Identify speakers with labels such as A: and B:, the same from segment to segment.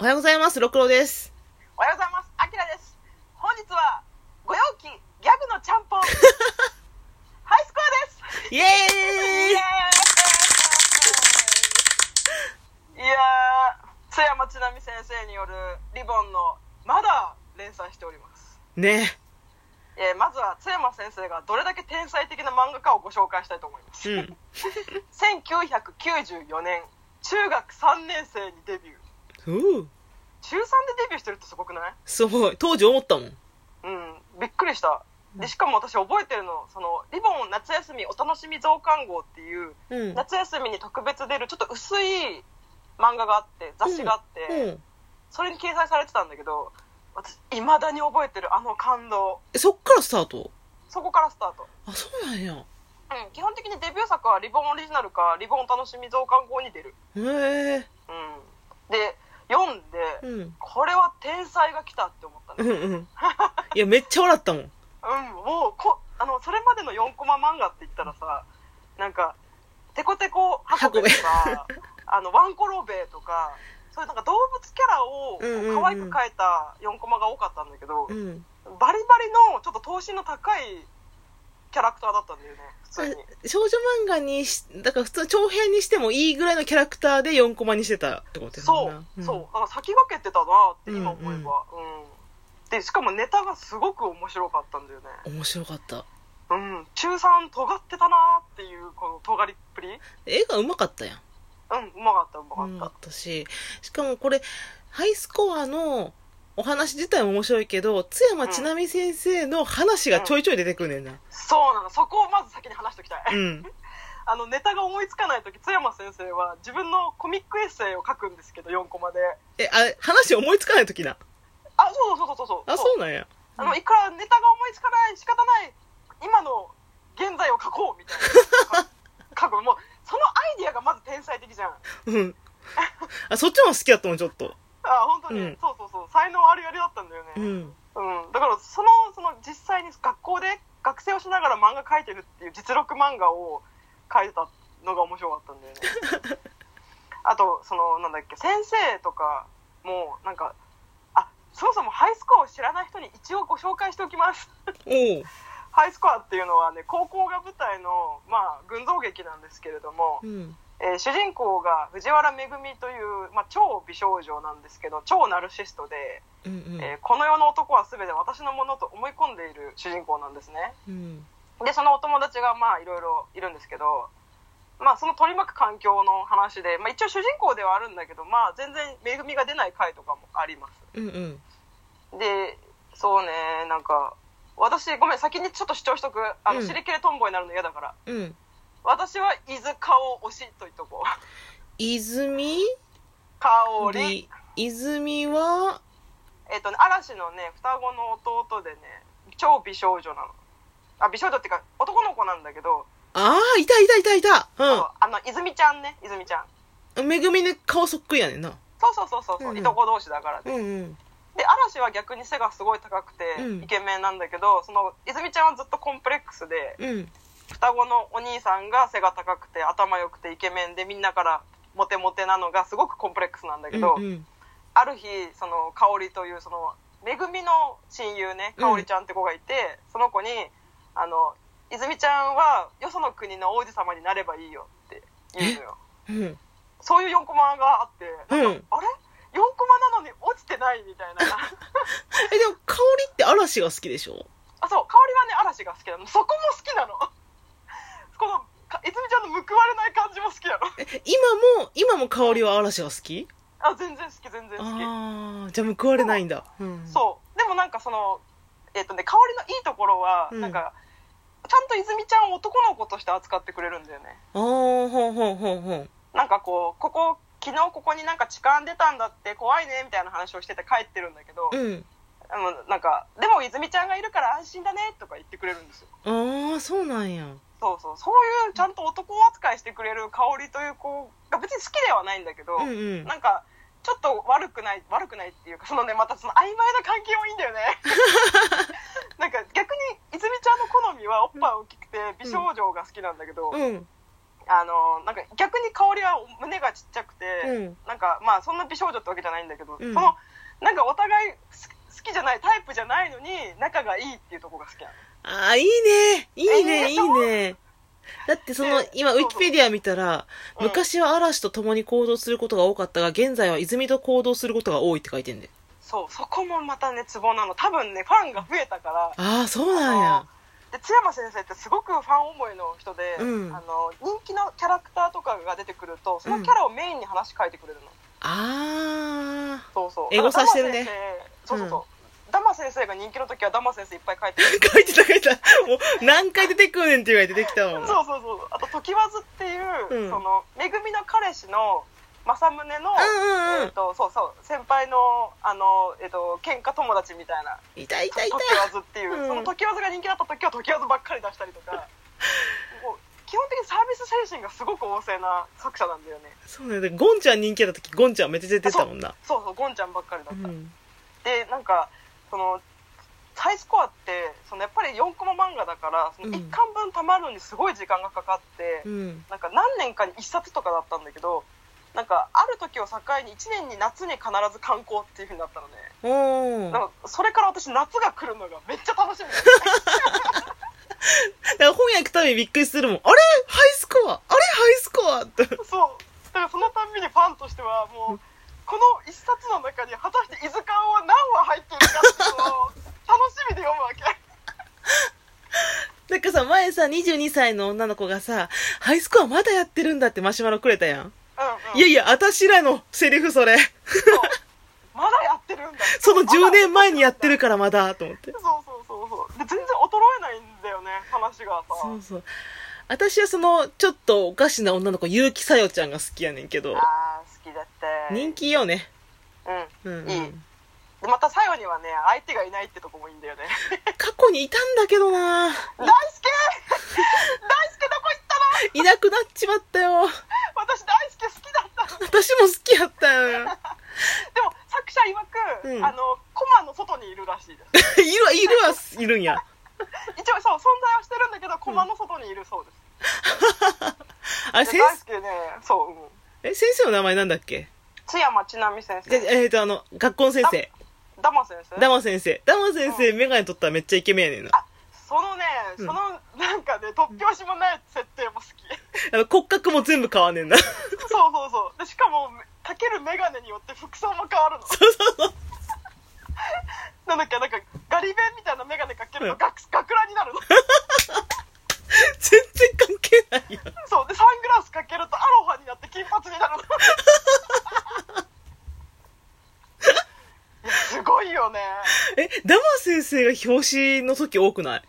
A: おはようございます、ろくろ です。
B: おはようございます。あきらです。本日は、ご陽気、ギャグのちゃん ぽん。ハイスコアです。
A: イエー
B: イエーイいやー、津山ちなみ先生によるリボンの、まだ連載しております。
A: イね。
B: えーまずは津山先生がどれだけ天才的な漫画家をご紹介したいと思います。
A: うん。
B: 1994年、中学3年生にデビュー。
A: うう
B: 中3でデビューしてるってすごくない
A: すごい。当時思ったもん。
B: うん、びっくりした。で、しかも私覚えてるの、その、リボン夏休みお楽しみ増刊号っていう、
A: うん。
B: 夏休みに特別出るちょっと薄い漫画があって、雑誌があって、
A: うん。
B: それに掲載されてたんだけど、私、未だに覚えてるあの感動。
A: えそっからスタート
B: そこからスタート。
A: あ、そうなんや。
B: うん、基本的にデビュー作はリボンオリジナルか、リボンお楽しみ増刊号に出る。
A: へえ。
B: うん。で、読んで、
A: うん。
B: これは天才が来たって思っ
A: う
B: たね。
A: ん うん。いや、めっちゃ笑ったもん。
B: うん、もうこあのそれまでの4コマ漫画って言ったらさなんかテコテコ運べとかあのワンコロベとかそういうなんか動物キャラをこ
A: うんうんう
B: うん可愛く描いた4コマが多かったんだけど、
A: うん。
B: バリバリのちょっと等身の高いキャラクターだったんだよね普通に
A: 少女漫画にし、だから普通の長編にしてもいいぐらいのキャラクターで4コマにしてたってことや
B: そ
A: な
B: う、そうだから先駆けてたなって今思えばうん、でしかもネタがすごく面白かったんだよね
A: うん。面白かった。
B: うん中3尖ってたなっていうこの尖りっぷり
A: 絵がうまかったやん。
B: うん、うまかった、うまか
A: う
B: っ
A: ん
B: た。
A: あったし、しかもこれ、ハイスコアのお話自体も面白いけど、津山ちなみ先生の話がちょいちょい出てくるねんな。
B: そうなの、そこをまず先に話しておきたい。
A: うん。
B: あの、ネタが思いつかないとき、津山先生は自分のコミックエッセイを書くんですけど、4コマで。
A: え、あれ、話思いつかないときな。
B: あ、そうそうそうそうそう。
A: あ、そうなんや。
B: あの、いくらネタが思いつかない、仕方ない、今の現在を書こう、みたいな。 書く。もう、そのアイディアがまず天才的じゃん。
A: うん。あ、そっちも好きだったもん、ちょっと。
B: あ、本当に、
A: うん
B: そうそうそう。才能あるやりだったんだよね。
A: うん。
B: うん、だからそのその実際に学校で学生をしながら漫画描いてるっていう実録漫画を描いてたのが面白かったんだよねあとそのなんだっけ先生とかもなんかあそもそもハイスコアを知らない人に一応ご紹介しておきます
A: おう。
B: ハイスコアっていうのはね高校が舞台の、まあ、群像劇なんですけれども
A: う、ん。
B: えー主人公が藤原めぐみという、まあ、超美少女なんですけど超ナルシストで
A: うんうん。
B: えーこの世の男は全て私のものと思い込んでいる主人公なんですね
A: うん。
B: でそのお友達がまあいろいろいるんですけど、まあ、その取り巻く環境の話で、まあ、一応主人公ではあるんだけど、まあ、全然恵みが出ない回とかもありま
A: うんうん。
B: すでそうねなんか私ごめん先にちょっと主張しとくあの、
A: うん
B: 尻切れトンボになるの嫌だから
A: うん。
B: 私は伊豆顔推しと言っとこう
A: 泉
B: 香り
A: り泉は、
B: えっ、とね嵐のね双子の弟でね超美少女なのあ美少女っていうか男の子なんだけど
A: ああ、いたいたいたいた。
B: そうあの泉ちゃんね泉ちゃん
A: うん。めぐみの顔そっくりやねんな。
B: そうそうそうそう、
A: う
B: うん
A: うん
B: いとこ同士だから
A: う
B: ね
A: んうん。
B: で嵐は逆に背がすごい高くて
A: うん
B: イケメンなんだけど、その泉ちゃんはずっとコンプレックスで
A: うん。
B: 双子のお兄さんが背が高くて頭良くてイケメンでみんなからモテモテなのがすごくコンプレックスなんだ
A: う
B: け
A: ん
B: ど、
A: うん。
B: ある日その香織というそのめぐみの親友ね
A: うん
B: 香織ちゃんって子がいて、その子にあの泉ちゃんはよその国の王子様になればいいよって言うのよ
A: うん。
B: そういう4コマがあって、
A: うん
B: あれ ?4 コマなのに落ちてないみた いな。
A: え、でも、香りって嵐が好きでしょ
B: あ、そう、香りはね、嵐が好きなの。そこも好きなの。この、か泉ちゃんの報われない感じも好きなの。
A: え今も、今も香りは嵐が好き
B: あ、全然好き、全然好き。
A: ああ、じゃあ報われないんだ。うん。
B: そう。でもなんかその、えっ、とね、香りのいいところは、
A: うん
B: なんか、ちゃんと泉ちゃんを男の子として扱ってくれるんだよね。
A: ああ、ほんほんほんほん。
B: なんかこう、ここ、昨日ここになんか痴漢出たんだって怖いねみたいな話をしてて帰ってるんだけど、
A: うん。
B: あのなんか、でも泉ちゃんがいるから安心だねとか言ってくれるんですよ。
A: ああ、そうなんや。
B: そうそうそういうちゃんと男扱いしてくれる香りという子が別に好きではないんだけど、
A: うんうん。
B: なんかちょっと悪くない悪くないっていうかそのねまたその曖昧な関係もいいんだ よねなんか逆に泉ちゃんの好みはおっぱい大きくて美少女が好きなんだけど、
A: うん。
B: あのなんか逆に香りは胸がちっちゃくて、
A: うん
B: なんかまあそんな美少女ってわけじゃないんだけど、
A: うん
B: そのなんかお互いす好きじゃないタイプじゃないのに仲がいいっていうところが好きなの
A: ああ、いいね。いい
B: え
A: ね、
B: い
A: い
B: いで
A: い
B: しょ
A: ね。だってその
B: ね、
A: 今、ウ
B: そうそう
A: ィキペディア見たら、
B: うん
A: 昔は嵐と共に行動することが多かったが、現在は泉と行動することが多いって書いてんで。
B: そうそこもまたねツボなの多分ねファンが増えたから
A: ああ、そうなんや。
B: で津山先生ってすごくファン思いの人で、
A: うん
B: あの人気のキャラクターとかが出てくるとそのキャラをメインに話書いてくれるの、
A: ああ。
B: そうそう
A: エゴサしてるね
B: だからダマ先生そうそうそう、ダマ先生が人気の時はダマ先生いっぱい書いてくれる
A: 書いてた書いてた。もう、何回出てくんねんっていうぐらい出てきたもん。
B: そうそうそうあと「時わず」っていう、
A: うん
B: そのめぐみの彼氏の政宗の、
A: うんうんうん
B: えー、とそうそう先輩のあの、えー、と喧嘩友達みたいな
A: 痛いたい
B: 「
A: たい
B: 時
A: た。
B: わず」っていう、
A: うん
B: その「時わず」が人気だった時は「時わず」ばっかり出したりと かもう基本的にサービス精神がすごく旺盛な作者なんだよね
A: そうね。でゴンちゃん人気だった時、ゴンちゃんめっちゃ出てたもんな。
B: そうそうゴンちゃんばっかりだ
A: う
B: った、
A: ん。
B: でなんかそのハイスコアってそのやっぱり4コマ漫画だからその1巻分たまるのにすごい時間がかかって、
A: うん。
B: なんか何年かに1冊とかだったんだけどなんかある時を境に1年に夏に必ず観光っていう風になったのね、
A: おー。
B: なんかそれから私夏が来るのがめっちゃ楽しみだ
A: だから本屋行くたびびっくりするもん。あれハイスコアあれハイスコアって。
B: そうだからそのたんびにファンとしてはもうこの1冊の中に果たして「伊豆缶は何話入っているかっていうのを楽しみで読むわけ
A: なんかさ、前さ、22歳の女の子がさ、ハイスコアまだやってるんだってマシュマロくれたやん。
B: うん、うん、
A: いやいや、私らのセリフそれ。
B: そうまだやってるんだ
A: その10年前にやってるからまだ、と思って。
B: そうそうそうそうで全然衰えないんだよね話がさ
A: そうそう。私はその、ちょっとおかしな女の子、結城さよちゃんが好きやねんけど、
B: ああ好きだって
A: 人気よね。
B: うん
A: うん、うん。
B: いいでまた最後にはね相手がいないってとこもいいん だよね
A: 過去にいたんだけどな
B: 大輔大輔どこ行ったの
A: いなくなっちまったよ。
B: 私大輔好きだったの
A: 私も好きやったよ。
B: でも作者曰く、
A: うん
B: あのコマの外にいるらしいです
A: いるわ、いるわ、いるんや。
B: 一応そう存在はしてるんだけどコマの外にいるそうです、
A: あれ、
B: で
A: 先
B: 大
A: 生、
B: 輔ねそう、うん、
A: え、先生の名前なんだっけ
B: 津山千奈美先
A: で
B: 生
A: えっ、と、あの、学校の先生。
B: ダマ先生
A: ダマ先生。ダマ先生、メガネ取ったらめっちゃイケメンやねんな。
B: あそのね、
A: うん
B: そのなんかね突拍子もない設定も好き
A: あの骨格も全部変わんねんな。 そ
B: そうそうそうでしかもかける眼鏡によって服装も変わるの
A: うそうそう。
B: なんだっけなんかガリ弁みたいな眼鏡かける
A: う
B: と
A: ん
B: ガク学ランになる の
A: 全然関係ないよ。
B: そうでサングラスかけるとアロハになって金髪になる のいやすごいよね
A: え、ダマ先生が表紙の時多くない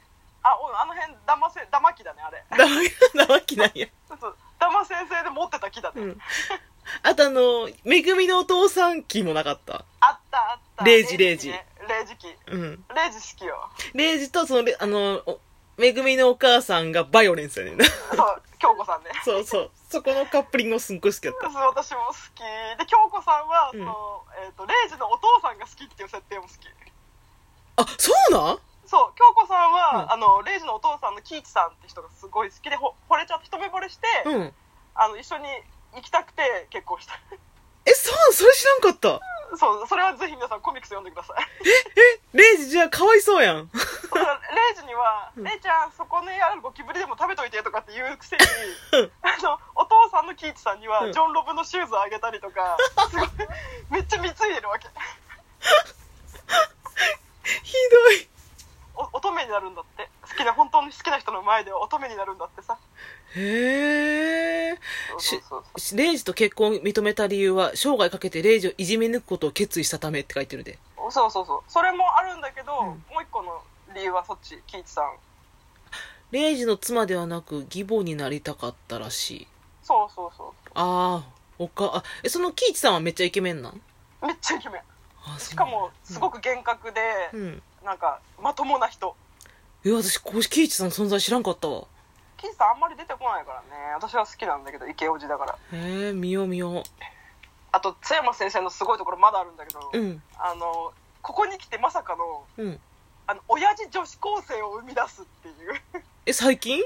B: あおあの辺ダマせダマ木だねあれ
A: ダマ、ダマきないや。
B: そうそうダマ先生で持ってた木だね、
A: うん。あとあの、めぐみのお父さん期もなかった。
B: あったあった
A: 0時0時
B: ね0時期
A: うん。
B: 0時好きよ
A: レイジとその、れあの、おめぐみのお母さんがバイオレンスや ねんな。
B: そう京子さんね
A: そうそう。そこのカップリングもすっごい好きだっ
B: そう
A: た。
B: 私も好きで京子さんは、
A: うん
B: そのえー、と0時のお父さんが好きっていう設定も好き
A: あ、そうなん
B: そう京子さんは、
A: うん
B: あのレイジのお父さんの喜一さんって人がすごい好きでほ惚れちゃって一目惚れして、
A: うん。
B: あの一緒に行きたくて結婚した
A: え、そうそれ知らんかった。
B: そうそれはぜひ皆さんコミックス読んでください
A: え、レイジじゃあかわいそうやん。
B: それからレイジには「
A: うん
B: レイちゃんそこねあるゴキブリでも食べといて」とかって言うくせに
A: うん
B: あのお父さんの喜一さんには、
A: うん
B: ジョン・ロブのシューズあげたりとかすごいめっちゃ貢いでるわけ
A: ひどい。
B: お乙女になるんだって好きな本当に好きな人の前では乙女になるんだってさ
A: へえ。
B: そうそ
A: し
B: うそう
A: レイジと結婚を認めた理由は、生涯かけてレイジをいじめ抜くことを決意したためって書いてるで。
B: そうそうそうそれもあるんだけど、
A: うん
B: もう一個の理由はそっち喜一さん
A: レイジの妻ではなく、義母になりたかったらしい。
B: そうそうそ
A: ああ、おか、あ、え、そのキイチさんはめっちゃイケメンなん
B: うめっちゃイケメン
A: あ、そう
B: しか。もすごく厳格で、
A: うん。
B: なんかまともな人
A: え、私、こう、キイチさんの存在知らんかったわ。
B: 喜一さんあんまり出てこないからね私は好きなんだけどイケオジだから
A: へえ、見よう見よ
B: あと津山先生のすごいところまだあるんだけど、
A: う。うん、
B: あのここに来てまさかの
A: うん。
B: あの親父女子高生を生み出すっていう
A: え、最近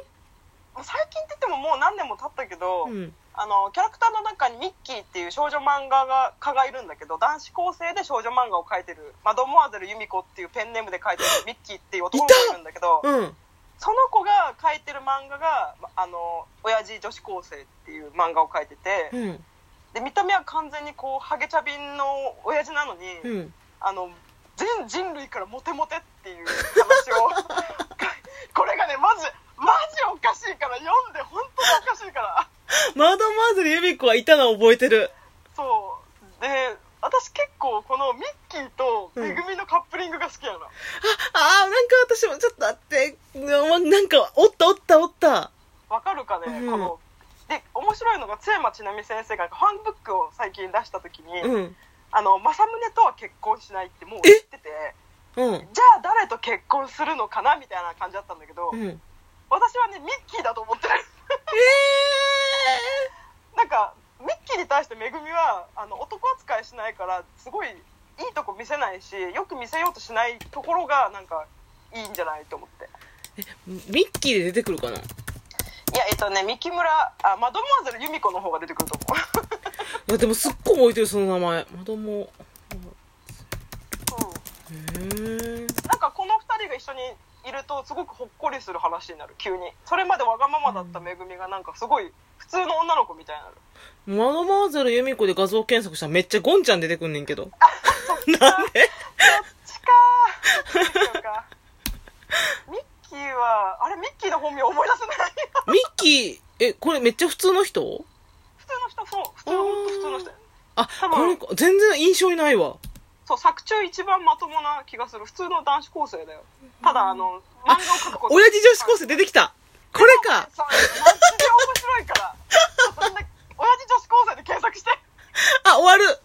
B: 最近って言ってももう何年も経ったけど、
A: うん
B: あのキャラクターの中にミッキーっていう少女漫画が家がいるんだけど男子高生で少女漫画を描いてるマドモアゼルユミコっていうペンネームで描いてる ミッキーっていう男の子がいるんだけど
A: うん
B: その子が描いてる漫画が「あの親父女子高生」っていう漫画を描いてて
A: うん
B: で見た目は完全にこうハゲチャビンの親父なのに、
A: うん
B: あの全人類からモテモテっていう話を これがねマジマジおかしいから読んで本当におかしいから。
A: マードマーズルユミコはいたのは覚えてる
B: そうで私結構このミッキーとめぐみのカップリングが好きやな、
A: ああなんか私もちょっとあってうんなんかおったおったおった
B: わかるかね、
A: うん
B: こので面白いのが津山ちなみ先生がファンブックを最近出した時に、
A: うん
B: あの政宗とは結婚しないってもう言ってて
A: うん
B: じゃあ誰と結婚するのかなみたいな感じだったんだけど、
A: うんえ
B: 私はねミッキーだと思ってるなんかミッキーに対してめぐみはあの男扱いしないからすごいいいとこ見せないしよく見せようとしないところがなんかいいんじゃないと思って
A: ーミッキーで出てくるかない
B: や、えっとね、三木村、あ、マドモアゼルユミコの方が出てくると思
A: いやでもすっごい覚えてるその名前マドモ
B: う。うん、
A: へえ
B: なんかこの二人が一緒にいると、すごくほっこりする話になる、急に。それまでわがままだっためぐみが、なんかすごい、普通の女の子みたいになる。
A: マドマーゼルユミコで画像検索したらめっちゃゴンちゃん出てくんねんけど。
B: そっちかー。そっちかミッキーは、あれ、ミッキーの本名思い出せない。
A: ミッキー、え、これめっちゃ普通の人
B: 普通の人、そう、普通の、ほんと普通の人。
A: あ、
B: 多
A: これ
B: 分
A: か、全然印象にないわ。
B: そう、作中一番まともな気がする。普通の男子高生だよ。ただ、あの、漫画を描くこと。
A: 親父女子高生出てきたこれか
B: そうマジで面白いから。ちょっとみんな、親父女子高生で検索して。
A: あ、終わる